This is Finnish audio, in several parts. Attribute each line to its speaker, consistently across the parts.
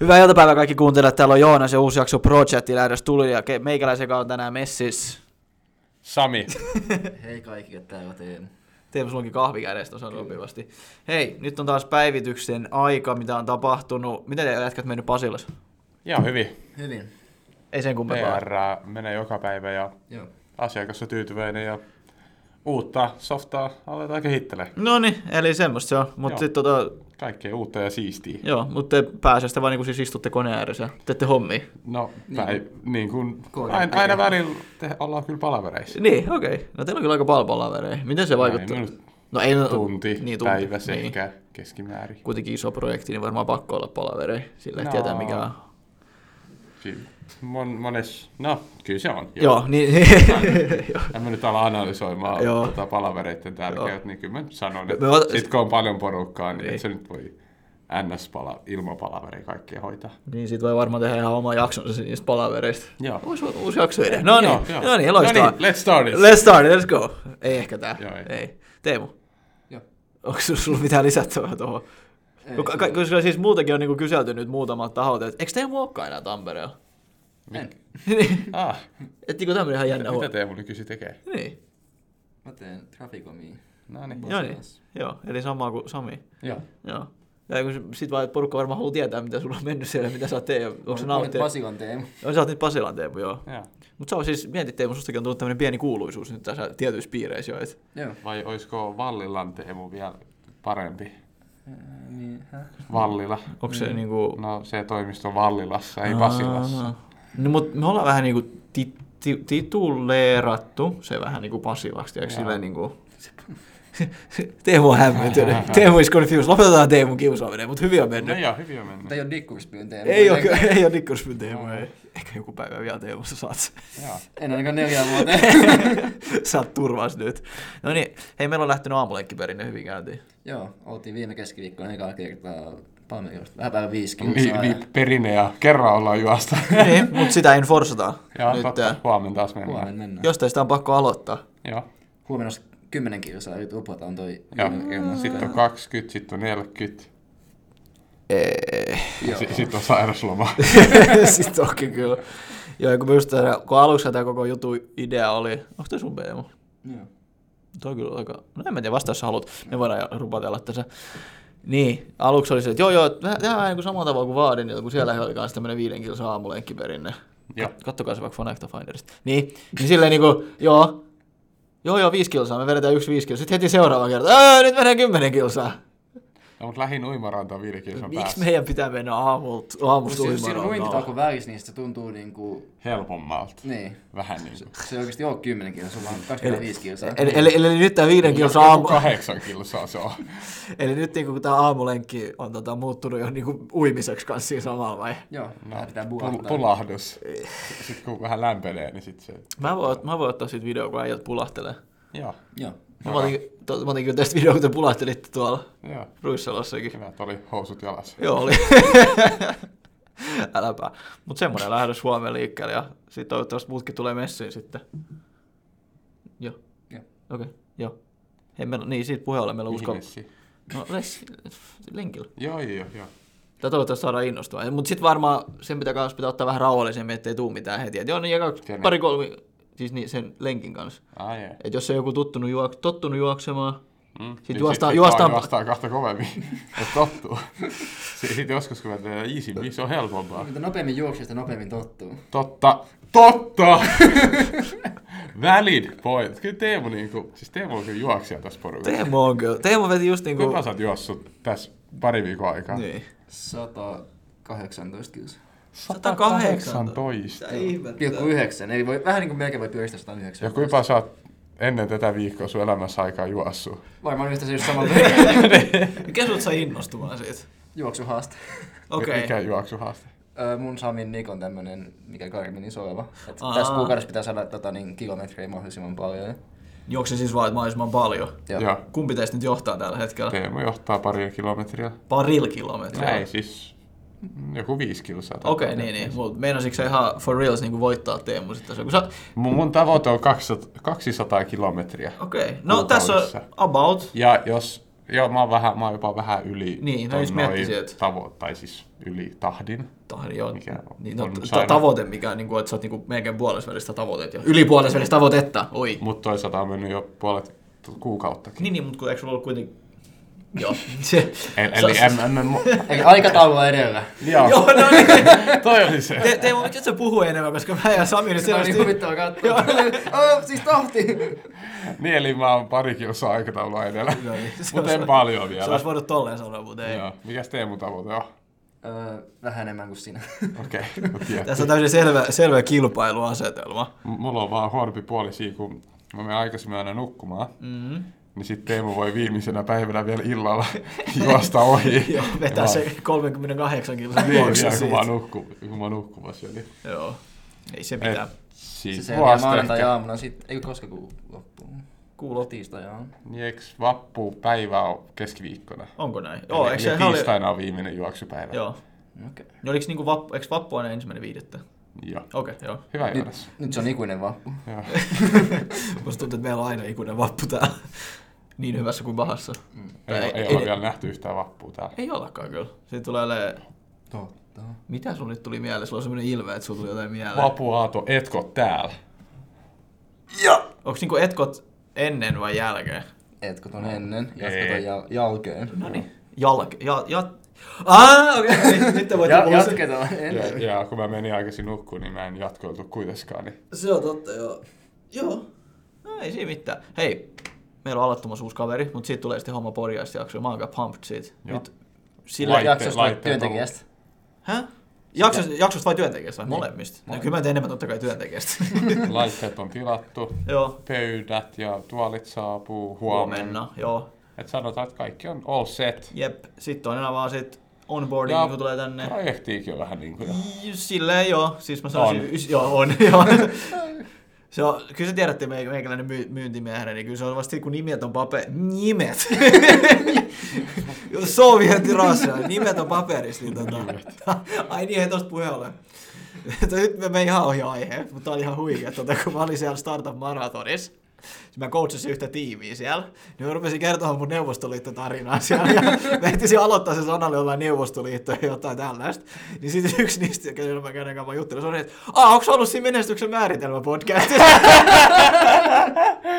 Speaker 1: Hyvää iltapäivää kaikki kuuntelijat. Täällä on Joonas ja uusi jakso Projecti lähdös tuli ja ke- meikäläisen kanssa on tänään messis.
Speaker 2: Sami.
Speaker 3: Hei kaikille, täällä Teemu.
Speaker 1: Teemu, sulla onkin kahvi kädessä tuossa sopivasti. Hei, nyt on taas päivityksen aika, mitä on tapahtunut. Miten te jätkät mennyt Pasilassa?
Speaker 2: Ihan hyvin.
Speaker 3: Hyvin.
Speaker 1: Ei sen kummempaa.
Speaker 2: PR menee joka päivä ja
Speaker 3: Joo.
Speaker 2: asiakas on tyytyväinen ja uutta softaa aletaan kehittelemään.
Speaker 1: No niin, eli semmoista se on. Mutta
Speaker 2: Joo.
Speaker 1: sitten tota,
Speaker 2: Kaikkea uutta ja siistiä.
Speaker 1: joo, mut te pääsette vaan niinku siis istutte koneen ääressä. Teette hommia.
Speaker 2: No, päin, niin kuin
Speaker 3: Koira
Speaker 2: aina,
Speaker 3: tekee.
Speaker 2: aina välillä te, ollaan kyllä palavereissa.
Speaker 1: Niin, okei. Okay. No teillä on kyllä aika paljon palavereja. Miten se vaikuttaa?
Speaker 2: minuut-
Speaker 1: no ei, no,
Speaker 2: Tunti,
Speaker 1: niin, tunti.
Speaker 2: päivä
Speaker 1: niin.
Speaker 2: sekä keskimäärin.
Speaker 1: Kuitenkin iso projekti, niin varmaan pakko olla palavereja. Sillä no.
Speaker 2: No.
Speaker 1: tietää mikä on.
Speaker 2: Siin Mon, mones, no, kyllä se on. Joo.
Speaker 1: Joo, niin.
Speaker 2: En mä nyt ala analysoimaan
Speaker 1: Joo.
Speaker 2: Joo. Tota palavereiden tärkeyttä, niin kyllä mä nyt sanon, että
Speaker 1: Me ota-
Speaker 2: sit kun on paljon porukkaa, niin,
Speaker 1: Niin.
Speaker 2: niin. se nyt voi NS-pala, ilman palaveria kaikkea hoitaa.
Speaker 1: Niin sit voi varmaan tehdä ihan oma jaksonsa niistä palavereista.
Speaker 2: Joo.
Speaker 1: Uusi, uusi jakso idea. No niin,
Speaker 2: Joo, joo.
Speaker 1: no niin, loistaa.
Speaker 2: No niin, let's start it.
Speaker 1: Let's start it, let's go. Ei ehkä tää.
Speaker 2: Joo,
Speaker 1: ei.
Speaker 2: ei.
Speaker 1: Teemu,
Speaker 3: Joo.
Speaker 1: onko sulla mitään lisättävää tuohon?
Speaker 3: Ei,
Speaker 1: Koska, ka- koska siis muutenkin on niinku kyselty nyt muutamat tahot, että eikö Teemu olekaan enää Tampereella?
Speaker 3: en.
Speaker 1: Niin,
Speaker 2: Ah,
Speaker 1: että niinku tämmönen ihan jännä
Speaker 2: mitä
Speaker 1: huo.
Speaker 2: Teemu nykyisin tekee?
Speaker 1: Niin,
Speaker 3: Mä teen Traficomiin.
Speaker 2: No niin.
Speaker 1: joo niin. Joo, eli samaa kuin Sami.
Speaker 2: Joo.
Speaker 1: Joo. Ja kun se- sit vaan, että porukka varmaan haluaa tietää, mitä sulla on mennyt siellä, mitä sä oot tehnyt, onko sä
Speaker 3: Olet
Speaker 1: nauttia.
Speaker 3: Pasilan Teemu.
Speaker 1: Joo, sä oot nyt Pasilan Teemu, joo.
Speaker 2: Joo.
Speaker 1: Mutta se on siis, mietit Teemu, sustakin on tullut tämmöinen pieni kuuluisuus nyt tässä tietyissä piireissä jo, et.
Speaker 3: Joo.
Speaker 2: Vai olisiko Vallilan Teemu vielä parempi?
Speaker 3: Ää, Niin, hä?
Speaker 2: Vallila.
Speaker 1: Onko se niinku...
Speaker 2: No se toimisto on Vallilassa, ei Pasilassa.
Speaker 1: Aa. No mut me ollaan vähän niinku ti- ti- tituleerattu se vähän niinku Pasilaksi, tiedätkö silleen niinku... Teemu on hämmentynyt. Teemu is confused. Lopetetaan Teemun kiusaaminen, mut hyvin on
Speaker 2: No
Speaker 1: mennyt.
Speaker 2: joo, hyvin on mennyt.
Speaker 3: Tää ei oo Dickurspyyn
Speaker 2: No
Speaker 3: Teemu.
Speaker 1: Ei oo,
Speaker 3: Eikä-
Speaker 1: ei oo Nikkurspyn Teemu, ei. Ehkä joku päivä vielä Teemusta saat sen.
Speaker 2: Joo.
Speaker 3: En ainakaan neljään vuoteen.
Speaker 1: Sä oot turvas nyt. No niin, hei meillä on lähtenyt aamulenkki perinne hyvin käyntiin.
Speaker 3: Joo, oltiin viime keskiviikkona ekaa kertaa Palmeirosta. Vähän päällä viisi kilsaa.
Speaker 2: Niin, niin perinne ja kerran ollaan juosta.
Speaker 1: niin, mut sitä en forsataan.
Speaker 2: Joo,
Speaker 1: nyt,
Speaker 2: totta.
Speaker 1: äh,
Speaker 2: Huomenna taas mennään.
Speaker 3: Huomenna mennään.
Speaker 1: No. Jostain sitä on pakko aloittaa.
Speaker 2: Joo.
Speaker 3: Huomenna olisi kymmenen kilsaa, nyt upotaan toi.
Speaker 2: Joo.
Speaker 1: Mm.
Speaker 3: viime kerran.
Speaker 2: Sitten on 20, sitten on 40.
Speaker 1: Ei.
Speaker 3: Joo.
Speaker 2: S- sitten on sairasloma.
Speaker 1: siis toki kyllä. Joo, ja kun, me just tässä, kun alussa tämä koko jutu idea oli, onko tämä sun Teemu?
Speaker 3: Joo.
Speaker 1: Tuo on kyllä aika, no en mä tiedä, vasta jos sä haluat, me voidaan rupatella tässä. Niin, aluksi oli se, että joo joo, tehdään vähän niin kuin samalla tavalla kuin vaadin, kun siellä oli myös tämmöinen viiden kilsa aamulenkkiperinne.
Speaker 2: Joo.
Speaker 1: Kattokaa se vaikka Fanacta Finderista. Niin, niin silleen niinku, joo, joo joo, viisi kilsaa, me vedetään yksi viisi kilsaa. Sitten heti seuraava kerta, "Ää, nyt mennään kymmenen kilsaa.
Speaker 2: No, mutta lähin uimaranta on viiden kilsan
Speaker 1: Miksi
Speaker 2: päässä.
Speaker 1: meidän pitää mennä aamulta, aamusta
Speaker 3: Jos Siis siinä on
Speaker 1: uimarantaan?
Speaker 3: uintitauko välissä, niin sit se tuntuu niinku...
Speaker 2: Helpommalta.
Speaker 3: Niin.
Speaker 2: Vähän niin kuin.
Speaker 3: Se ei oikeesti oo 10 kilsaa, vaan 25 kilsaa.
Speaker 1: Eli, eli, eli, nyt tämä viiden kilsa
Speaker 2: Joku
Speaker 1: aamu,
Speaker 2: kahdeksan kilsaa se on.
Speaker 1: eli nyt niinku tämä aamulenkki on tota, muuttunut jo niinku uimiseksi kanssa siinä samalla vai?
Speaker 3: Joo, no, pitää
Speaker 2: Pul-
Speaker 3: puolata.
Speaker 2: pulahdus. Sitten kun vähän lämpenee, niin sitten se...
Speaker 1: Mä voin, mä voin ottaa siitä video, kun äijät pulahtelee.
Speaker 2: Joo,
Speaker 3: Joo.
Speaker 1: Mä otin, to, mä otin kyllä tästä video, kun te pulahtelitte tuolla
Speaker 2: joo.
Speaker 1: Ruissalossakin.
Speaker 2: Hyvä, että oli housut jalassa.
Speaker 1: Joo, oli. Äläpä. Mut semmonen lähdös Suomeen liikkeelle ja sit toivottavasti muutkin tulee messiin sitten. Joo,
Speaker 3: Joo.
Speaker 1: okei, okay. joo. Hei, meillä, niin, siitä puheella meillä on usko.
Speaker 2: Ihmissi.
Speaker 1: No, les, lenkillä.
Speaker 2: Joo, joo, joo.
Speaker 1: Tai toivottavasti saadaan innostua. Mutta sitten varmaan sen pitää kanssa pitää ottaa vähän rauhallisemmin, ettei tuu mitään heti. Et joo, niin jakaa
Speaker 2: Kenen?
Speaker 1: pari kolme, siis niin, sen lenkin kanssa.
Speaker 2: Ah, jee.
Speaker 1: Et jos ei joku tuttunut juok, tottunut juoksemaan,
Speaker 2: Mm.
Speaker 1: Sit juostaan- juostaan-
Speaker 2: sit, Sit vaan juostaan kahta kovemmin, että tottuu. Sitten joskus kun mä teen easy, niin se on helpompaa.
Speaker 3: Mitä nopeammin juoksee, sitä nopeammin tottuu.
Speaker 2: Totta. Totta! Valid point. Kyllä Teemu niinku, siis Teemu on kyllä juoksija tässä porukassa.
Speaker 1: Teemu on kyllä. Teemu veti just niinku...
Speaker 2: Kuinka sä oot juossut tässä pari viikon aikaa?
Speaker 1: Niin.
Speaker 3: 118 kilsaa.
Speaker 2: 118.
Speaker 3: Pilkku yhdeksän, eli voi, vähän niin kuin melkein voi pyöristää
Speaker 2: Ja
Speaker 3: 109.
Speaker 2: kuinka sä oot ennen tätä viikkoa sun elämässä aikaa juossut?
Speaker 3: Varmaan yhtä se just saman verran
Speaker 1: Mikä sut sai innostumaan siitä?
Speaker 3: juoksuhaaste.
Speaker 1: Okei.
Speaker 2: Mikä juoksuhaaste?
Speaker 3: Ö, mun Samin Nikon tämmönen, mikä Garminin soiva. Et
Speaker 1: Aa.
Speaker 3: tässä kuukaudessa pitää saada tota, niin, kilometrejä mahdollisimman paljon.
Speaker 1: Juokse siis vaan, että mahdollisimman paljon.
Speaker 3: Joo.
Speaker 2: Joo.
Speaker 1: Kumpi teistä nyt johtaa tällä hetkellä?
Speaker 2: Teemu johtaa pari kilometriä.
Speaker 1: Parilla kilometriä.
Speaker 2: Ei siis joku viisi kilsaa. tai
Speaker 1: Okei,
Speaker 2: jotain.
Speaker 1: niin, niin. Mut meinasitko sä ihan for reals niinku voittaa Teemu sitten? Kun sä...
Speaker 2: Mun, mun tavoite on 200, 200 kilometriä.
Speaker 1: Okei. No tässä on
Speaker 2: Kuukaudessa.
Speaker 1: about.
Speaker 2: Ja jos Joo, mä oon, vähän, mä oon jopa vähän yli
Speaker 1: Niin, no
Speaker 2: ton
Speaker 1: jos
Speaker 2: noi
Speaker 1: miettisi, et-
Speaker 2: tavo, tai siis yli tahdin.
Speaker 1: Tahdin, joo.
Speaker 2: Mikä on-
Speaker 1: niin, no,
Speaker 2: on
Speaker 1: t- t-
Speaker 2: sairaan.
Speaker 1: tavoite, mikä on, niin kuin, että sä oot niin kuin, melkein puolesvälistä tavoitetta. jo. Yli puolesvälistä tavoitetta, oi.
Speaker 2: Mutta toisaalta on mennyt jo puolet t- kuukauttakin.
Speaker 1: Niin, niin, mutta kun eikö sulla ollut kuitenkin... Joo. Se,
Speaker 2: Eli, eli
Speaker 1: sä-
Speaker 2: en, en, en,
Speaker 3: Eli aikataulua edellä.
Speaker 2: joo,
Speaker 1: Joo, no niin.
Speaker 2: toi oli se.
Speaker 1: Te, Teemu, miksi et sä puhu enemmän, koska mä ja Sami nyt
Speaker 3: Se on niin
Speaker 1: selvästi...
Speaker 3: huvittava katsoa. Oh, siis tahti.
Speaker 2: Niin, eli mä oon parikin osa aikataulua edellä.
Speaker 1: Joo, niin, se
Speaker 2: Mutta
Speaker 1: olisi-
Speaker 2: en paljon
Speaker 1: Sä
Speaker 2: vielä.
Speaker 1: olis voinut tolleen sanoa, mutta ei.
Speaker 2: Joo. Mikäs Teemu tavoite on?
Speaker 3: Öö, vähän enemmän kuin sinä.
Speaker 2: Okei, okay.
Speaker 1: Tässä on täysin selvä, selvä kilpailuasetelma.
Speaker 2: M- Mulla on vaan huonompi puoli siinä, kun mä menen aikaisemmin aina nukkumaan,
Speaker 1: Mm-hmm.
Speaker 2: niin sitten Teemu voi viimeisenä päivänä vielä illalla juosta ohi.
Speaker 1: Joo, vetää
Speaker 2: Vaan-
Speaker 1: se 38 kilsan
Speaker 2: Niin,
Speaker 1: juoksu
Speaker 2: vielä, kun mä, oon
Speaker 1: siitä.
Speaker 2: nukku, kun mä oon nukkumassa. Eli...
Speaker 1: Joo, ei se
Speaker 2: Et,
Speaker 1: mitään.
Speaker 2: siitä
Speaker 3: Se
Speaker 2: se
Speaker 3: selviää
Speaker 2: puolesta Siis ehkä.
Speaker 3: maanantai-aamuna sitten. Ei koska kun loppuu.
Speaker 1: Kuulo.
Speaker 3: Tiistai aamuna.
Speaker 2: Niin, eiks vappu päivä on keskiviikkona?
Speaker 1: Onko näin? Joo,
Speaker 2: Eli-
Speaker 1: eikö
Speaker 2: ja
Speaker 1: se oli...
Speaker 2: tiistaina on viimeinen juoksupäivä.
Speaker 1: Joo.
Speaker 3: Okei.
Speaker 1: No oliko niinku vappu, eikö vappu aina ensimmäinen viidettä?
Speaker 2: Joo.
Speaker 1: Okei, okay, joo.
Speaker 2: Hyvä
Speaker 3: Nyt,
Speaker 2: Joonas.
Speaker 3: Niin, nyt se on ikuinen vappu.
Speaker 2: Joo.
Speaker 1: Musta tuntuu, että meillä on aina ikuinen vappu täällä. Niin hyvässä kuin pahassa.
Speaker 2: Ei, ei, ei, ole vielä nähty yhtään vappua täällä.
Speaker 1: Ei olakaan kyllä. Se tulee ole...
Speaker 3: Totta.
Speaker 1: Mitä sun nyt tuli mieleen? Sulla on semmoinen ilme, että sulla tuli jotain mieleen.
Speaker 2: Vapu Aato, etko täällä?
Speaker 1: Onko niinku etkot ennen vai jälkeen?
Speaker 3: Etkö ton ennen,
Speaker 2: Ei.
Speaker 3: jatkot on jäl- jälkeen.
Speaker 1: No niin. Jalke... Ja, ja... Ah, okei. Okay. Nyt te voitte
Speaker 3: Ja,
Speaker 1: puhua sen-
Speaker 3: jatketaan
Speaker 2: Ja,
Speaker 3: ennen.
Speaker 2: ja, kun mä menin aikaisin nukkuun, niin mä en jatkoiltu kuitenkaan. Niin...
Speaker 1: Se on totta, joo. Joo. No ei siinä mitään. Hei, meillä on alattomassa uusi kaveri, mutta siitä tulee sitten homma podcastijakso. Mä oon aika pumped siitä.
Speaker 2: Joo.
Speaker 1: Nyt sillä...
Speaker 2: Laitteet,
Speaker 3: Jaksosta vai
Speaker 2: laitteet on-
Speaker 3: työntekijästä.
Speaker 1: Hä? Jaksosta, jaksosta vai työntekijästä vai molemmista? No, kyllä mä teen enemmän totta kai työntekijästä.
Speaker 2: Laitteet on tilattu,
Speaker 1: joo.
Speaker 2: pöydät ja tuolit saapuu huomenna.
Speaker 1: Huomenna, joo.
Speaker 2: Et sanotaan, että kaikki on all set.
Speaker 1: Jep, sitten on enää vaan sit onboarding,
Speaker 2: Ja
Speaker 1: kun tulee tänne.
Speaker 2: Projektiikin on vähän niin kuin...
Speaker 1: Silleen joo, siis mä sanoisin,
Speaker 2: On.
Speaker 1: ys, joo on, joo. Se on, kyllä se tiedätte mei- meikäläinen myy- myyntimiehenä, niin kyllä se on vasta sit, kun nimet on paper... Nimet! Sovietti Russia, nimet on paperissa, niin tota... Ai niin, ei tosta puhe ole. Että Nyt me meni ihan ohi aihe, mutta tää oli ihan huikea, tota, kun mä olin siellä Startup Marathonissa. sit Mä coachasin yhtä tiimiä siellä, niin mä rupesin kertomaan mun neuvostoliittotarinaa siellä. Ja mä ehtisin aloittaa sen sanalla jollain neuvostoliitto ja jotain tällaista. Niin sitten yksi niistä, joka mä käyn kanssa juttelin, se oli, että aah, onko ollut siinä menestyksen määritelmä podcastissa?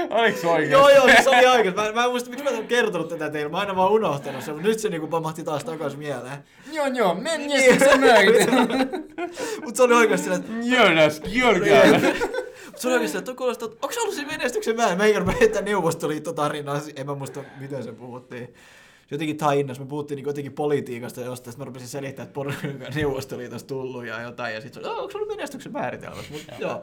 Speaker 2: Oliko se oikein?
Speaker 1: joo, joo, se oli oikein. Mä, mä en muista, miksi mä en ole kertonut tätä teille. Mä aina vaan unohtanut sen, mutta nyt se niinku pamahti taas takaisin mieleen.
Speaker 3: Joo, joo, menestyksen määritin.
Speaker 1: Mutta se oli oikeasti silleen, että
Speaker 2: Jonas, Jörgen!
Speaker 1: Se on oikeastaan, että kuulostaa, että onko se ollut siinä menestyksen määrä? Meidän me heittää neuvostoliittotarinaa, siis en mä muista miten se puhuttiin. Se jotenkin tainnas, me puhuttiin niin jotenkin politiikasta ja jostain, sitten mä rupesin selittämään, että porukka neuvostoliitosta tullut ja jotain, ja sitten se oli, onko se ollut menestyksen määritelmässä, mutta joo,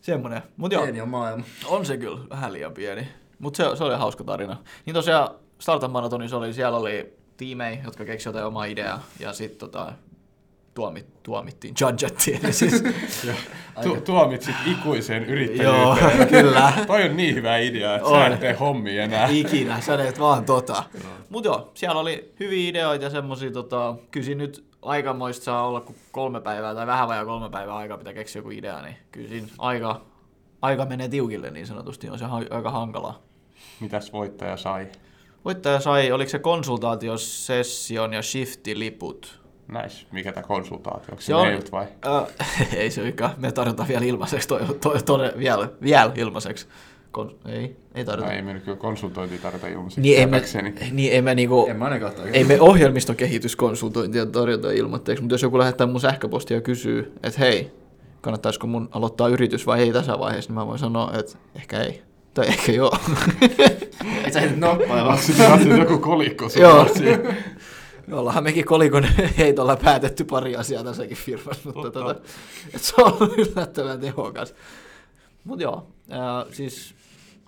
Speaker 1: semmoinen. Mutta joo,
Speaker 3: Pieni on maailma.
Speaker 1: on se kyllä vähän liian pieni, mutta se, se oli hauska tarina. Niin tosiaan Startup Marathonissa oli, siellä oli tiimejä, jotka keksi jotain omaa ideaa, ja sitten tota, tuomit, tuomittiin, judgattiin, eli siis
Speaker 2: Tu- tuomitsit ikuisen
Speaker 1: joo,
Speaker 2: yrittäjyyteen.
Speaker 1: kyllä.
Speaker 2: Toi on niin hyvä idea, että
Speaker 1: On.
Speaker 2: sä et tee hommia enää.
Speaker 1: Ikinä, sä teet vaan tota. Mut joo, siellä oli hyviä ideoita ja semmosia tota, kysin nyt aikamoista saa olla kuin kolme päivää tai vähän vajaa kolme päivää aikaa pitää keksiä joku idea, niin kyllä siinä aika, aika menee tiukille niin sanotusti, on se ha- aika hankalaa.
Speaker 2: Mitäs voittaja sai?
Speaker 1: Voittaja sai, oliko se konsultaatiosession ja shiftiliput?
Speaker 2: Näis, mikä tämä konsultaatio? Onko
Speaker 1: Se
Speaker 2: se
Speaker 1: on-
Speaker 2: mailit vai?
Speaker 1: Ö, ei se mikään, me tarjotaan vielä ilmaiseksi, toi, toi, toi, vielä, vielä ilmaiseksi. Kon- ei, ei
Speaker 2: No
Speaker 1: tarjota.
Speaker 2: ei me nyt kyllä konsultointia tarvita ilmaiseksi
Speaker 1: Niin emme,
Speaker 2: käydäkseni.
Speaker 1: niin emme niinku...
Speaker 3: En mä ainakaan ottaa.
Speaker 1: Ei me ohjelmiston kehityskonsultointia tarjota ilmoitteeksi, mutta jos joku lähettää mun sähköpostia ja kysyy, että hei, kannattaisiko mun aloittaa yritys vai ei tässä vaiheessa, niin mä voin sanoa, että ehkä ei. Tai ehkä joo.
Speaker 3: Et sä heitet noppailla.
Speaker 2: Sitten on joku kolikko sun
Speaker 1: Joo.
Speaker 2: kanssa.
Speaker 1: Me ollaan mekin kolikon heitolla päätetty pari asiaa tässäkin firmassa, mutta
Speaker 2: Totta.
Speaker 1: tota, et se on ollut yllättävän tehokas. Mutta joo, ää, siis...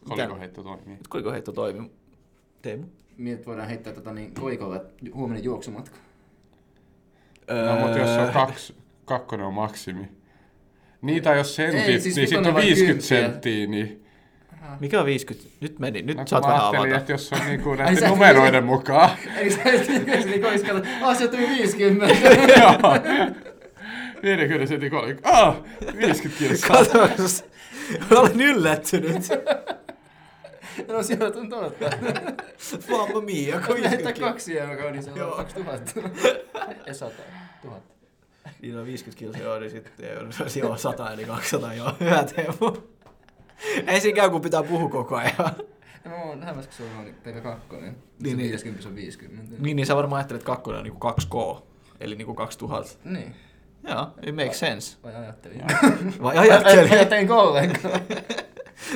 Speaker 2: Kolikko heitto Niin. toimii.
Speaker 1: Kolikon heitto toimi. Teemu?
Speaker 3: Mietit voidaan heittää tota niin koikolle ju- huominen juoksumatka.
Speaker 2: No, mutta jos on kaksi, kakkonen on maksimi. Niin, tai jos sentit,
Speaker 3: Ei, siis
Speaker 2: niin sitten
Speaker 3: vitonen
Speaker 2: on
Speaker 3: vai
Speaker 2: 50
Speaker 3: kymppiä?
Speaker 2: senttiä, niin...
Speaker 1: Mikä on 50? Nyt meni, nyt
Speaker 2: No, kun
Speaker 1: saat
Speaker 2: mä
Speaker 1: vähän
Speaker 2: ajattelin,
Speaker 1: avata.
Speaker 2: että jos on niinku
Speaker 3: Ai
Speaker 2: näiden
Speaker 3: sä-
Speaker 2: numeroiden mukaan.
Speaker 3: Eli sä et niin kois kato, aah se tuli 50.
Speaker 2: Joo. 50 sentin kolikko. Ah, 50 kilsaa.
Speaker 1: Katos, mä olen yllättynyt.
Speaker 3: No sieltä on totta.
Speaker 1: Mamma mia,
Speaker 3: Lähetä
Speaker 1: 30
Speaker 3: kaksi euroa, niin se
Speaker 1: Joo.
Speaker 3: on 2000. Ei sata, tuhat.
Speaker 1: Niin on 50 kilsa, joo, niin sitten ei ole se joo, 100 eli 200, joo, hyvä Teemu. Ei siinä käy, kun pitää puhua koko ajan.
Speaker 3: Ja mä oon hämmäs, No, kun se on TV2, niin,
Speaker 1: Niin,
Speaker 3: niin
Speaker 1: niin.
Speaker 3: 50 on 50.
Speaker 1: Niin, niin sä varmaan ajattelet, että kakkonen on niinku 2K, eli niinku 2000.
Speaker 3: Niin,
Speaker 1: Joo, it makes sense.
Speaker 3: vai ajattelin.
Speaker 1: Vai ajattelin,
Speaker 3: Ajattelin Niin. ollenkaan.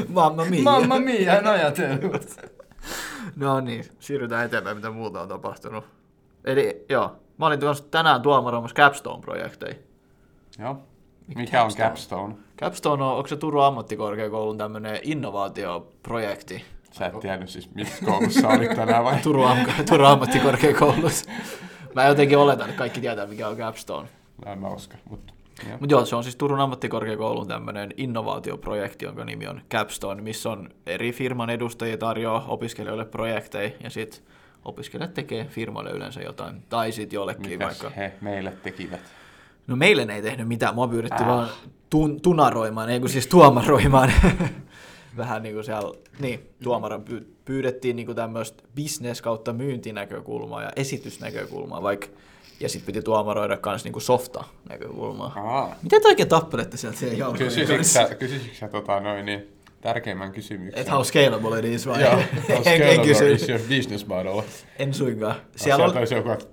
Speaker 1: mamma mia.
Speaker 3: Mamma mia, en ajatellut.
Speaker 1: No niin, siirrytään eteenpäin, mitä muuta on tapahtunut. Eli joo, mä olin tuossa tänään tuomaroimassa Capstone-projekteja.
Speaker 2: Joo. Mikä on Capstone?
Speaker 1: Capstone on, onko se Turun ammattikorkeakoulun tämmöinen innovaatioprojekti?
Speaker 2: Sä et tiennyt siis, missä koulussa olit tänään vai?
Speaker 1: Turun, am- Turun ammattikorkeakoulussa. Mä jotenkin oletan, että kaikki tietää, mikä on Capstone.
Speaker 2: No, en mä usko, mutta... joo.
Speaker 1: Mutta joo, se on siis Turun ammattikorkeakoulun tämmöinen innovaatioprojekti, jonka nimi on Capstone, missä on eri firman edustajia tarjoaa opiskelijoille projekteja ja sitten opiskelijat tekee firmalle yleensä jotain, tai sitten jollekin
Speaker 2: Mitäs
Speaker 1: Niin vaikka.
Speaker 2: he meille tekivät?
Speaker 1: No meille ne ei tehnyt mitään, mua pyydettiin vaan tun, tunaroimaan, ei kun siis tuomaroimaan. Vähän niin kuin siellä, niin, tuomaran py, pyydettiin niin tämmöistä business kautta myyntinäkökulmaa ja esitysnäkökulmaa, vaikka, ja sitten piti tuomaroida myös niin softa-näkökulmaa.
Speaker 2: Aa.
Speaker 1: Miten te oikein tappelette sieltä siellä jalkojen
Speaker 2: Kysyisikö
Speaker 1: kanssa?
Speaker 2: sä, kysyisikö sä tota noin niin, tärkeimmän kysymyksen?
Speaker 1: Et how scalable it is vai?
Speaker 2: Joo, no,
Speaker 1: en, en kysy.
Speaker 2: is Ah, your business model.
Speaker 1: En suinkaan.
Speaker 2: Siellä
Speaker 1: Siellä,
Speaker 2: on...
Speaker 1: oli,
Speaker 2: joku, että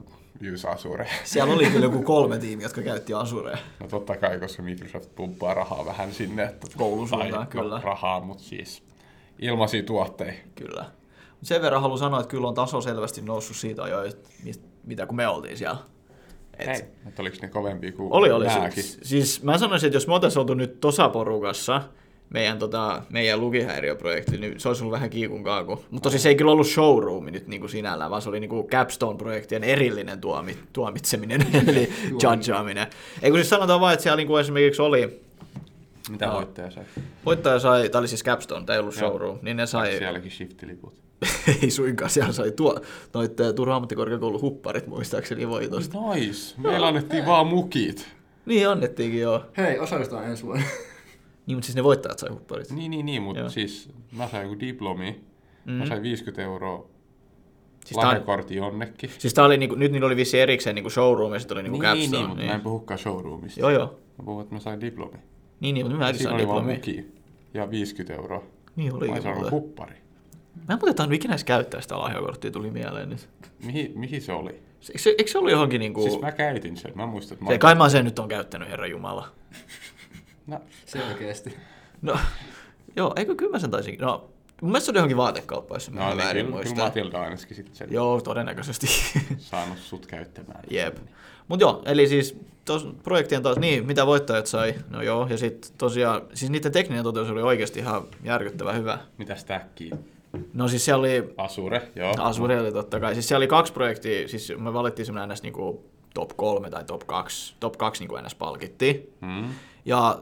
Speaker 2: use Azure.
Speaker 1: siellä oli kyllä joku kolme tiimiä, jotka käytti Azurea.
Speaker 2: No totta kai, koska Microsoft pumppaa rahaa vähän sinne. Että,
Speaker 1: Koulun suuntaan,
Speaker 2: tai,
Speaker 1: kyllä.
Speaker 2: No, rahaa, mutta siis ilmaisia tuotteita.
Speaker 1: Kyllä. Mut sen verran haluan sanoa, että kyllä on taso selvästi noussut siitä jo, mitä kun me oltiin siellä. Et
Speaker 2: Hei, että oliko ne kovempia kuin
Speaker 1: Oli, oli.
Speaker 2: nääkin?
Speaker 1: Siis, siis mä sanoisin, että jos me oltaisiin oltu nyt tuossa porukassa, meidän, tota, meidän lukihäiriöprojekti, niin se olisi ollut vähän kiikun kaaku. Mutta siis se ei kyllä ollut showroomi nyt niin kuin sinällään, vaan se oli niin kuin Capstone-projektien erillinen tuomi, tuomitseminen, eli judgeaminen. Ei kun siis sanotaan vaan, että siellä niin kuin esimerkiksi oli,
Speaker 2: Mitä voittaja sai?
Speaker 1: voittaja sai, tämä oli siis Capstone, tämä ei ollut showroom, niin ne sai
Speaker 2: Sielläkin shiftiliput.
Speaker 1: ei suinkaan, siellä sai tuo, noit ä, Turun ammattikorkeakoulun hupparit muistaakseni voitosta.
Speaker 2: Nice. Meillä annettiin vaan mukit.
Speaker 1: Niin annettiinkin joo.
Speaker 3: Hei, osallistutaan ensi vuonna.
Speaker 1: Niin, mutta siis ne voittajat sai hupparit.
Speaker 2: Niin, niin, niin,
Speaker 1: Joo. Mm-hmm.
Speaker 2: mutta siis mä sain joku diplomi. Mä sain 50 euroa
Speaker 1: Siis tää on-
Speaker 2: lahjakortti jonnekin.
Speaker 1: Siis tää oli niinku, nyt niillä oli vissi erikseen niinku showroom ja sitten oli niinku
Speaker 2: Niin,
Speaker 1: Capstone.
Speaker 2: niin, niin, mutta mä en puhukaan showroomista.
Speaker 1: Joo, joo.
Speaker 2: Mä puhun, että mä sain diplomi.
Speaker 1: Niin, niin, mutta mäkin
Speaker 2: Siinä
Speaker 1: sain
Speaker 2: oli vaan
Speaker 1: diplomi.
Speaker 2: muki ja 50 euroa.
Speaker 1: Niin oli.
Speaker 2: Mä en saanut
Speaker 1: Mä
Speaker 2: huppari.
Speaker 1: en muuten tainnut ikinä edes käyttää sitä lahjakorttia, tuli mieleen nyt.
Speaker 2: Mihin, mihin se oli?
Speaker 1: Se- Eikö se, eikö se ollut johonkin niinku...
Speaker 2: Siis mä käytin sen. Mä muistan, että mä...
Speaker 1: Se, kai mä sen nyt on käyttänyt, herra Jumala.
Speaker 2: No,
Speaker 3: Selkeästi.
Speaker 1: No, joo, eikö kyllä mä sen taisin... No, mun mielestä se oli johonkin vaatekauppaan, jos mä
Speaker 2: no niin,
Speaker 1: väärin
Speaker 2: kyllä, kyllä
Speaker 1: muistan.
Speaker 2: Matilda ainakin sitten sen
Speaker 1: Joo, todennäköisesti.
Speaker 2: saanut sut käyttämään.
Speaker 1: Jep. Mut joo, eli siis tos, projektien taas, niin mitä voittajat sai, no joo, ja sitten tosiaan, siis niiden tekninen toteutus oli oikeasti ihan järkyttävän hyvä.
Speaker 2: Mitäs täkkiä?
Speaker 1: No siis siellä oli,
Speaker 2: Asure, joo.
Speaker 1: Asure oli totta kai, siis siellä oli kaksi projektia, siis me valittiin semmoinen ns. Niinku top 3 tai top 2, top 2 niinku ns. palkittiin.
Speaker 2: Mm.
Speaker 1: Ja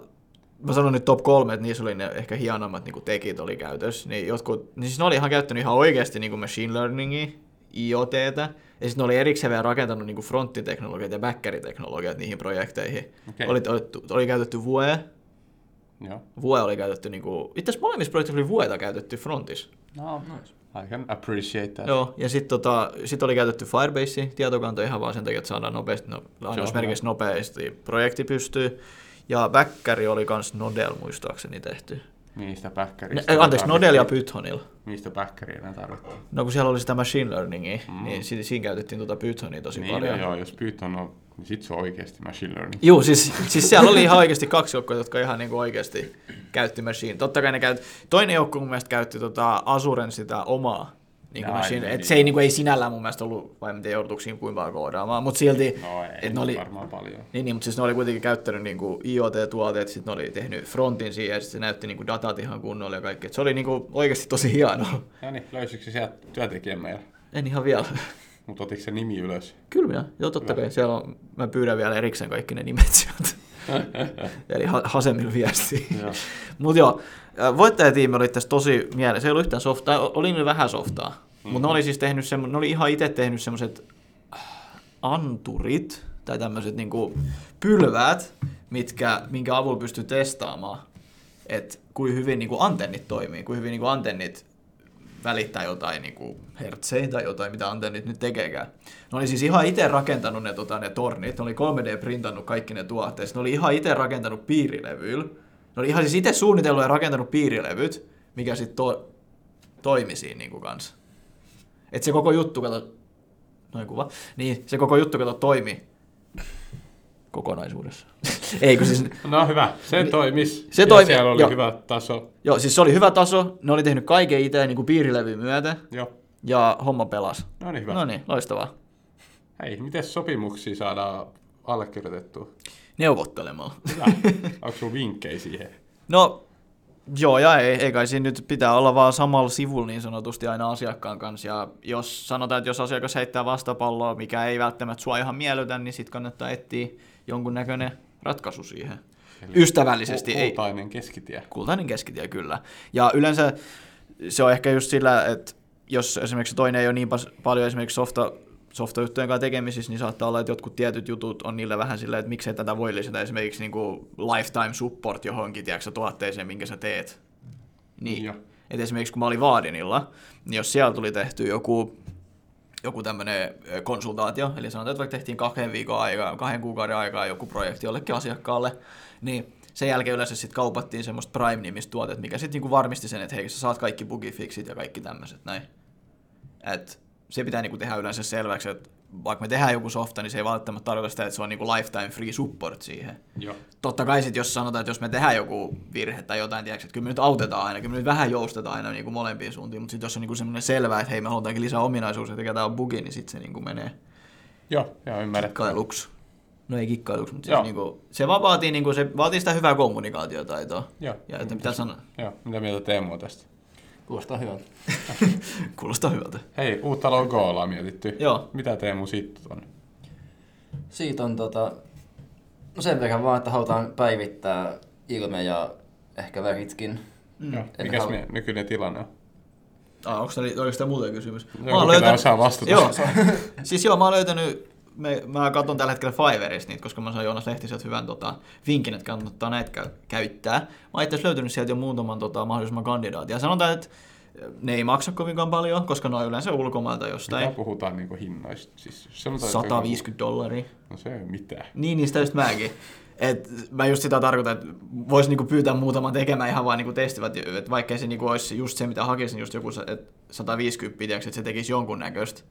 Speaker 1: mä sanon nyt top kolme, että niissä oli ne ehkä hienommat niin tekit oli käytössä. Niin jotkut, niin siis ne oli ihan käyttänyt ihan oikeasti niin machine learningia, IoTtä, ja sitten ne oli erikseen vielä rakentanut niin fronttiteknologiat ja backeriteknologiat niihin projekteihin.
Speaker 2: Okei.
Speaker 1: Oli, oli, oli, käytetty Vue,
Speaker 2: Joo.
Speaker 1: Vue oli käytetty, niin kuin, itse asiassa molemmissa projekteissa oli Vueta käytetty frontissa.
Speaker 2: No, I can appreciate that.
Speaker 1: Joo, ja sitten tota, sit oli käytetty Firebase, tietokanta ihan vaan sen takia, että saadaan nopeasti, no, lainausmerkeissä nopeasti projekti pystyy. Ja backkari oli kans Nodel muistaakseni tehty.
Speaker 2: Niistä
Speaker 1: Ne,
Speaker 2: päkkäristä.
Speaker 1: ei, anteeksi, Nodel ja
Speaker 2: Nodelia
Speaker 1: Pythonilla.
Speaker 2: Mistä päkkäriä ne tarvittiin?
Speaker 1: No kun siellä oli sitä machine learningia, niin si- siinä käytettiin tuota Pythonia tosi
Speaker 2: Mm. Niin,
Speaker 1: paljon.
Speaker 2: no, joo, jos Python on, niin sit se on oikeesti machine learning.
Speaker 1: Juu, siis, siis siellä oli ihan oikeasti kaksi joukkoa, jotka ihan niin kuin oikeasti käytti machine. Totta kai ne käyt... Toinen joukko mun mielestä käytti tota Azuren sitä omaa niin kuin
Speaker 2: Jaa,
Speaker 1: machine.
Speaker 2: niin,
Speaker 1: Et
Speaker 2: niin.
Speaker 1: se ei, niin kuin, ei sinällään mun mielestä ollut, vai miten joudutuko siinä kuinka paljon koodaamaan, mutta silti...
Speaker 2: No ei,
Speaker 1: et ne oli,
Speaker 2: varmaan paljon.
Speaker 1: niin, niin, mutta siis ne oli kuitenkin käyttänyt niin IoT-tuotteet, sitten ne oli tehnyt frontin siihen, ja sitten se näytti niin kuin datat ihan kunnolla ja kaikki. Et se oli niin kuin, oikeasti tosi hienoa.
Speaker 2: No niin, löysikö se sieltä työntekijän meillä?
Speaker 1: En ihan vielä.
Speaker 2: Mut otitko se nimi ylös?
Speaker 1: Kyllä minä, joo totta kai. Siellä on, mä pyydän vielä erikseen kaikki ne nimet sieltä. Eli ha- Hasemilla viesti.
Speaker 2: Joo.
Speaker 1: Mutta joo, ää, voittajatiimi oli tässä tosi mielessä. Ei ollut yhtään softaa, o- oli nyt vähän softaa. Mm-hmm. Mutta ne oli siis tehnyt semmo- ne oli ihan itse tehnyt semmoiset anturit tai tämmöiset niinku pylväät, mitkä, minkä avulla pystyy testaamaan, että kuin hyvin niinku antennit toimii, kuin hyvin niinku antennit välittää jotain niin kuin hertsejä tai jotain, mitä antennit nyt tekeekään. Ne oli siis ihan itse rakentanut ne, tota, ne tornit, ne oli 3D-printannut kaikki ne tuotteet, ne oli ihan itse rakentanut piirilevyillä. Ne oli ihan siis itse suunnitellut ja rakentanut piirilevyt, mikä sitten to- toimi siinä niin kuin kanssa. Et se koko juttu, kato, noin kuva, niin se koko juttu, kato, toimi kokonaisuudessa. Ei kun siis
Speaker 2: No hyvä, se toimis.
Speaker 1: Se
Speaker 2: Ja
Speaker 1: toimi,
Speaker 2: Siellä oli
Speaker 1: joo.
Speaker 2: hyvä taso.
Speaker 1: Joo, siis se oli hyvä taso. Ne oli tehnyt kaiken itse niin piirilevy myötä
Speaker 2: Joo.
Speaker 1: ja homma pelasi.
Speaker 2: No niin, hyvä.
Speaker 1: No niin, loistavaa.
Speaker 2: Hei, miten sopimuksia saadaan allekirjoitettua?
Speaker 1: Neuvottelemalla.
Speaker 2: Hyvä. Onko sulla vinkkejä siihen?
Speaker 1: No, joo ja ei, ei kai siinä nyt pitää olla vaan samalla sivulla niin sanotusti aina asiakkaan kanssa. Ja jos sanotaan, että jos asiakas heittää vastapalloa, mikä ei välttämättä sua ihan miellytä, niin sit kannattaa etsiä jonkunnäköinen ratkaisu siihen.
Speaker 2: Eli
Speaker 1: Ystävällisesti, ei,
Speaker 2: Kultainen keskitie.
Speaker 1: Kultainen keskitie, kyllä. Ja yleensä se on ehkä just sillä, että jos esimerkiksi toinen ei ole niin pas, paljon esimerkiksi softa, softajuttujen kanssa tekemisissä, niin saattaa olla, että jotkut tietyt jutut on niille vähän silleen, että miksei tätä voi lisätä. Esimerkiksi niin kuin lifetime support johonkin, tiedätkö, tuotteeseen, minkä sä teet. Niin.
Speaker 2: Joo.
Speaker 1: Et esimerkiksi kun mä olin Vaadinilla, niin jos siellä tuli tehty joku joku tämmöinen konsultaatio, eli sanotaan, että vaikka tehtiin kahden viikon aikaa, kahden kuukauden aikaa joku projekti jollekin asiakkaalle, niin sen jälkeen yleensä sitten kaupattiin semmoista Prime-nimistä tuotetta, mikä sitten niinku varmisti sen, että hei, sä saat kaikki bugifixit ja kaikki tämmöiset näin. Et se pitää niinku tehdä yleensä selväksi, että vaikka me tehdään joku softa, niin se ei välttämättä tarkoita sitä, että se on niinku lifetime free support siihen.
Speaker 2: Joo.
Speaker 1: Totta kai sitten jos sanotaan, että jos me tehdään joku virhe tai jotain, tiedätkö, että kyllä me nyt autetaan aina, kyllä me nyt vähän joustetaan aina niin kuin molempiin suuntiin, mutta sitten jos on niin semmoinen selvä, että hei me halutaankin lisää ominaisuuksia, että tämä on bugi, niin sitten se niin kuin menee
Speaker 2: Joo, joo ymmärretty.
Speaker 1: kikkailuksi. No ei kikkailuksi, mutta
Speaker 2: Joo.
Speaker 1: siis niin kuin, se vaan vaatii, niin kuin, se vaatii sitä hyvää kommunikaatiotaitoa.
Speaker 2: Joo.
Speaker 1: Ja että mitä sanoa,
Speaker 2: Joo, mitä mieltä Teemu on tästä?
Speaker 3: Kuulostaa hyvältä.
Speaker 1: kuulostaa hyvältä.
Speaker 2: Hei, uutta logoa ollaan mietitty.
Speaker 1: Joo.
Speaker 2: Mitä Teemu siitä on?
Speaker 3: Siitä on tota... No sen verran vaan, että halutaan päivittää ilme ja ehkä väritkin.
Speaker 2: Joo.
Speaker 3: En
Speaker 2: Mikäs
Speaker 3: halua.
Speaker 2: me, nykyinen tilanne on?
Speaker 1: Ah, onko tämä, oliko tämä muuten kysymys?
Speaker 2: Joo, kuka tää osaa vastata.
Speaker 1: Joo, siis joo, mä oon löytänyt, me, mä katson tällä hetkellä Fiverrista niitä, koska mä sain Joonas Lehtiseltä hyvän tota, vinkin, että kannattaa näitä käy, käyttää. Mä oon itse asiassa löytänyt sieltä jo muutaman tota, mahdollisimman kandidaatin. Ja sanotaan, että ne ei maksa kovinkaan paljon, koska ne on yleensä ulkomailta
Speaker 2: Mitä
Speaker 1: jostain.
Speaker 2: puhutaan niinku hinnoista? Siis sanotaan, että-
Speaker 1: 150 dollaria.
Speaker 2: No se ei ole mitään.
Speaker 1: Niin, niistä just mäkin. Et mä just sitä tarkoitan, että voisi niinku pyytää muutaman tekemään ihan vaan niinku testivät, että vaikkei se niinku olisi just se, mitä hakisin, just joku sa- et 150, tiedätkö, että se tekisi jonkunnäköistä.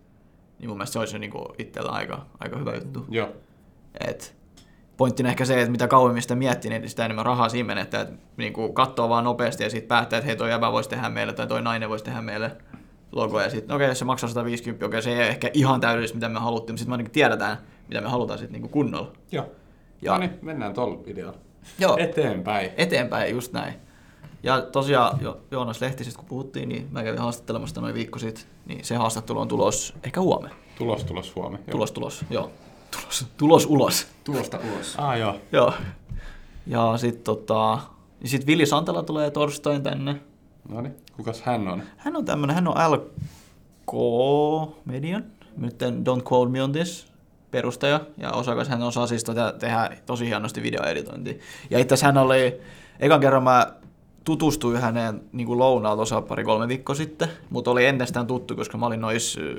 Speaker 1: Niin mun mielestä se olisi jo niinku itsellä aika, aika hyvä juttu.
Speaker 2: Joo.
Speaker 1: Et pointtina ehkä se, että mitä kauemmin sitä miettii, niin sitä enemmän rahaa siinä menettää. Että niinku katsoo vaan nopeasti ja sitten päättää, että hei toi jäbä voisi tehdä meille tai toi nainen voisi tehdä meille logoja. Ja sitten okei, jos se maksaa 150, okei se ei ole ehkä ihan täydellistä, mitä me haluttiin, mutta sitten me ainakin tiedetään, mitä me halutaan sitten niinku kunnolla.
Speaker 2: Joo.
Speaker 1: Ja-
Speaker 2: No niin, mennään tuolla videolla.
Speaker 1: Joo.
Speaker 2: Eteenpäin.
Speaker 1: eteenpäin, just näin. Ja tosiaan jo, Joonas Lehtisestä kun puhuttiin, niin mä kävin haastattelemassa noin viikko sitten, niin se haastattelu on tulos ehkä huomenna.
Speaker 2: Tulos, tulos Suomi. Joo.
Speaker 1: Tulos, tulos, joo. Tulos, tulos ulos.
Speaker 3: Tulosta ulos.
Speaker 2: Ah joo.
Speaker 1: Joo. Ja sitten tota, niin sit Vili Santala tulee torstain tänne.
Speaker 2: No niin, kukas hän on?
Speaker 1: Hän on tämmönen, hän on LK Median, nyt en Don't Quote Me on This, perustaja ja osakas. Hän osaa siis tota, tehdä tosi hienosti videoeditointia. Ja itse asiassa hän oli, ekan kerran mä tutustuin häneen niin lounaan tuossa pari-kolme viikkoa sitten, mutta oli ennestään tuttu, koska mä olin nois ö,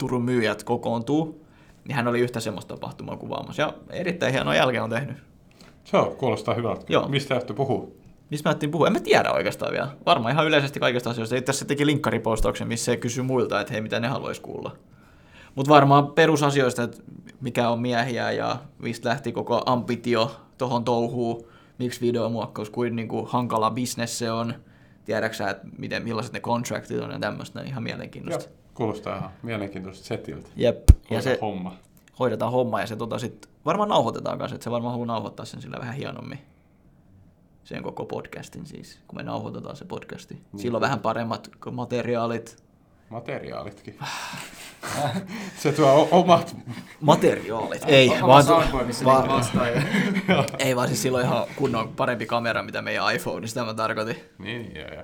Speaker 1: Turun myyjät kokoontuu, niin hän oli yhtä semmoista tapahtumaa kuvaamassa. Ja erittäin hienoa jälkeen on tehnyt.
Speaker 2: Se on, kuulostaa hyvältä.
Speaker 1: Joo.
Speaker 2: Mistä jättä puhuu?
Speaker 1: Mistä mä ajattelin puhua? En mä tiedä oikeastaan vielä. Varmaan ihan yleisesti kaikista asioista. Itse asiassa teki linkkaripostauksen, missä se kysyi muilta, että hei, mitä ne haluaisi kuulla. Mutta varmaan perusasioista, että mikä on miehiä ja mistä lähti koko ambitio tohon touhuun, miksi videomuokkaus, kuin niinku hankala bisnes se on, tiedätkö sä, että miten, millaiset ne contractit on ja tämmöistä, niin ihan
Speaker 2: Joo.
Speaker 1: mielenkiintoista.
Speaker 2: Kuulostaa ihan mielenkiintoista setiltä.
Speaker 1: Jep. Ja
Speaker 2: Hoida
Speaker 1: se
Speaker 2: homma.
Speaker 1: hoidetaan homma ja se tota sit, varmaan nauhoitetaan kanssa, että se varmaan haluaa nauhoittaa sen sillä vähän hienommin. Sen koko podcastin siis, kun me nauhoitetaan se podcasti. Niin. Silloin vähän paremmat k- materiaalit.
Speaker 2: Materiaalitkin. se tuo o- omat...
Speaker 1: Materiaalit? Ei,
Speaker 3: Onko
Speaker 1: vaan,
Speaker 3: soundboardissa
Speaker 1: vaan,
Speaker 3: niitä vastaan?
Speaker 1: ei vaan siis silloin ihan kunnon parempi kamera, mitä meidän iPhone, niin sitä mä tarkoitin.
Speaker 2: niin, joo, joo.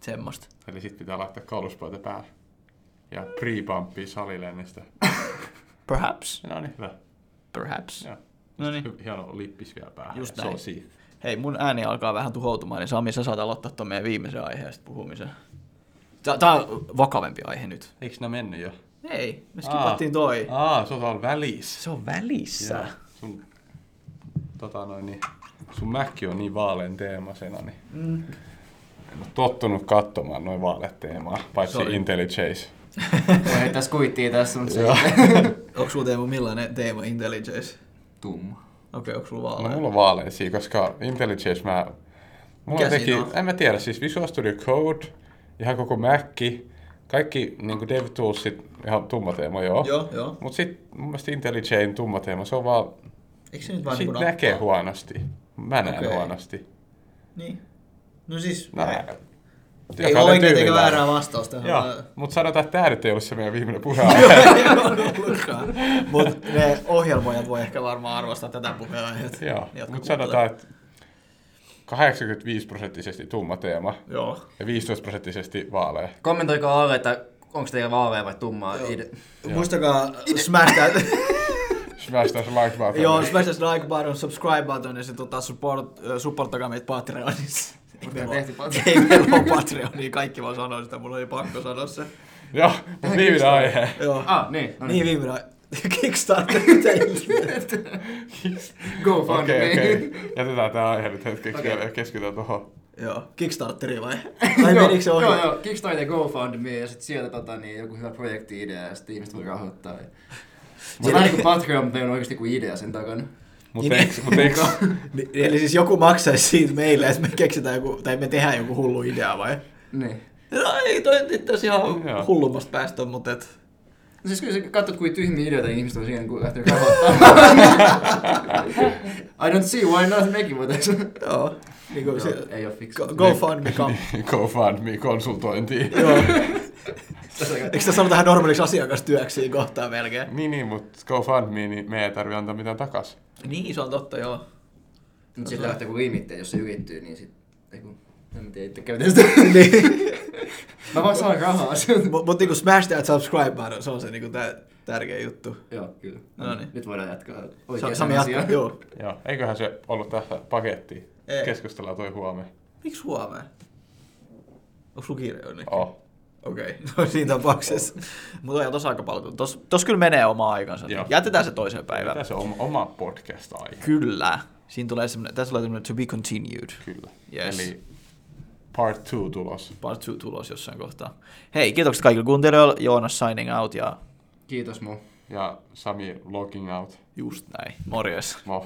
Speaker 1: Semmosta.
Speaker 2: Eli sit pitää laittaa kauluspaita päälle. Ja pre-pumppia salilennistä.
Speaker 1: Perhaps.
Speaker 2: No niin, hyvä.
Speaker 1: Perhaps.
Speaker 2: Joo.
Speaker 1: No niin.
Speaker 2: Hy- Hieno lippis vielä päähän.
Speaker 1: Just
Speaker 2: ja
Speaker 1: näin.
Speaker 2: Se on siinä.
Speaker 1: Hei, mun ääni alkaa vähän tuhoutumaan, niin Sami, sä saat aloittaa tuon meidän viimeisen aiheesta puhumisen. Tää, tää on vakavempi aihe nyt.
Speaker 2: Eikö nämä mennyt jo?
Speaker 1: Ei, me skipattiin toi.
Speaker 2: Aa, se on täällä välissä.
Speaker 1: Se on välissä.
Speaker 2: Joo, Sun, tota noin, niin, sun mäkki on niin vaalean teemasena, niin mm. en ole tottunut katsomaan noin vaaleat teemaa, paitsi
Speaker 1: Sorry.
Speaker 2: IntelliChase.
Speaker 3: Voi heittää skuittia tässä, mutta se
Speaker 2: Joo.
Speaker 1: Onko sulla Teemu millainen teema Intelligence?
Speaker 3: tumma.
Speaker 1: Okei, okay, onko sulla
Speaker 2: No
Speaker 1: vaalea?
Speaker 2: mulla on vaaleisia, koska IntelliChase mä... Mulla
Speaker 1: Mikä
Speaker 2: teki,
Speaker 1: siinä on?
Speaker 2: en mä tiedä, siis Visual Studio Code, ihan koko Mäkki, kaikki niin DevToolsit, ihan tumma teema, joo.
Speaker 1: Joo, joo.
Speaker 2: Mut sit mun mielestä IntelliChase tumma teema, se on vaan,
Speaker 1: Eikö se nyt vaan
Speaker 2: sit
Speaker 1: niinku
Speaker 2: näkee
Speaker 1: nappaa?
Speaker 2: huonosti. Mä näen
Speaker 1: Okei.
Speaker 2: huonosti.
Speaker 1: Niin. No siis,
Speaker 2: No,
Speaker 1: ei ole oikein eikä väärää vastausta.
Speaker 2: Joo, mutta sanotaan, että tämä nyt ei ollut se meidän
Speaker 1: Joo,
Speaker 2: viimeinen puheenaihe.
Speaker 1: ei ole ollutkaan. Mut ne ohjelmoijat voi ehkä varmaan arvostaa tätä puheenaihetta.
Speaker 2: Joo,
Speaker 1: ne, jotka
Speaker 2: mutta
Speaker 1: kuuntelee.
Speaker 2: sanotaan, että 85 prosenttisesti tumma teema
Speaker 1: Joo.
Speaker 2: ja 15 prosenttisesti vaalea.
Speaker 3: Kommentoikaa alle, että onko teillä vaalea vai tummaa.
Speaker 1: Joo.
Speaker 3: Ide-
Speaker 1: Muistakaa smash that,
Speaker 2: Smash taas like button.
Speaker 1: joo, smash that like button, subscribe button ja sitten tota support, äh, supporttakaa meitä Patreonissa. Ei
Speaker 3: Mutta
Speaker 1: meillä
Speaker 3: tehty
Speaker 1: oo-
Speaker 3: Patreon.
Speaker 1: Ei meillä ole Patreonia, kaikki vaan sanoo sitä, mulla oli pakko sanoa se.
Speaker 2: Joo, mut viimeinen aihe.
Speaker 1: Joo.
Speaker 3: Ah, niin. No
Speaker 1: Niin viimeinen ai- Kickstarter, mitä ihmettä.
Speaker 3: Go fund
Speaker 2: Okei,
Speaker 3: me.
Speaker 1: niin.
Speaker 2: okei. Jätetään tämä aihe nyt hetkeksi
Speaker 3: Okei.
Speaker 2: vielä ja keskitytään tuohon.
Speaker 1: Joo, Kickstarteri vai? Ai
Speaker 3: Joo,
Speaker 1: menikö se ohi?
Speaker 3: Joo, joo, Kickstarter GoFundMe ja sitten sieltä tota, niin, joku hyvä projekti-idea ja sitten ihmiset voi rahoittaa. Ja... Se on vähän niin kuin Patreon, mutta ei ole oikeasti kuin idea sen takana.
Speaker 1: Niin.
Speaker 2: Mutta eikö, mut eikö,
Speaker 1: Ni- Eli siis joku maksaisi siitä meille, että me keksitään joku, tai me tehdään joku hullu idea vai?
Speaker 3: Niin.
Speaker 1: No ei, toi nyt itse asiassa ihan
Speaker 2: Joo.
Speaker 1: hullummasta päästä, mutta et...
Speaker 3: No Siis kyllä sä katsot, kuin tyhmiä ideoita niin ihmiset on siinä, kun lähtenyt rahoittamaan. I don't see why not mekin voitaisiin.
Speaker 1: Joo, niin kuin se...
Speaker 3: Joo, Ei Niin. ole fiksu.
Speaker 1: Go, go fund me come.
Speaker 2: Niin, GoFundMe konsultointiin?
Speaker 1: Niin. Joo. Eikö tässä ollut tähän normaaliksi asiakastyöksiin kohtaan melkein?
Speaker 2: Niin, niin, mutta GoFundMe, niin me ei tarvitse antaa mitään takaisin.
Speaker 1: Niin, se on totta, joo.
Speaker 3: Mutta sitten lähtee kun limitteet, jos se ylittyy, niin sitten... Ei kun... En mä tiedä, itse käytän sitä.
Speaker 1: niin.
Speaker 3: Mä vaan saan rahaa sieltä.
Speaker 1: Mutta mut, niinku smash that subscribe button, se on se niinku tää tärkeä juttu.
Speaker 3: Joo, kyllä.
Speaker 1: No niin.
Speaker 3: Nyt voidaan jatkaa
Speaker 1: Sa-
Speaker 3: oikeaan
Speaker 1: Sami jatkaa,
Speaker 3: asiaan.
Speaker 1: joo.
Speaker 2: Joo, eiköhän se ollut tässä pakettiin.
Speaker 1: Ei.
Speaker 2: Keskustellaan toi huomenna.
Speaker 1: Miksi Suomeen? Onko sulla kiire jonnekin?
Speaker 2: Oh.
Speaker 1: Okei, no siinä tapauksessa. Mutta on tossa aika paljon. Tos, tos kyllä menee oma aikansa.
Speaker 2: Joo.
Speaker 1: Jätetään se toiseen päivään.
Speaker 2: Tässä Oh. on oma, oma podcast-aihe.
Speaker 1: Kyllä. Siinä tulee semmoinen, tässä tulee semmoinen to be continued.
Speaker 2: Kyllä.
Speaker 1: Yes.
Speaker 2: Eli part 2 tulos.
Speaker 1: Part 2 tulos jossain kohtaa. Hei, kiitokset kaikille kuuntelijoille. Joonas signing out ja
Speaker 3: Kiitos mun.
Speaker 2: Ja Sami logging out.
Speaker 1: just näin. Morjes.
Speaker 2: Moi.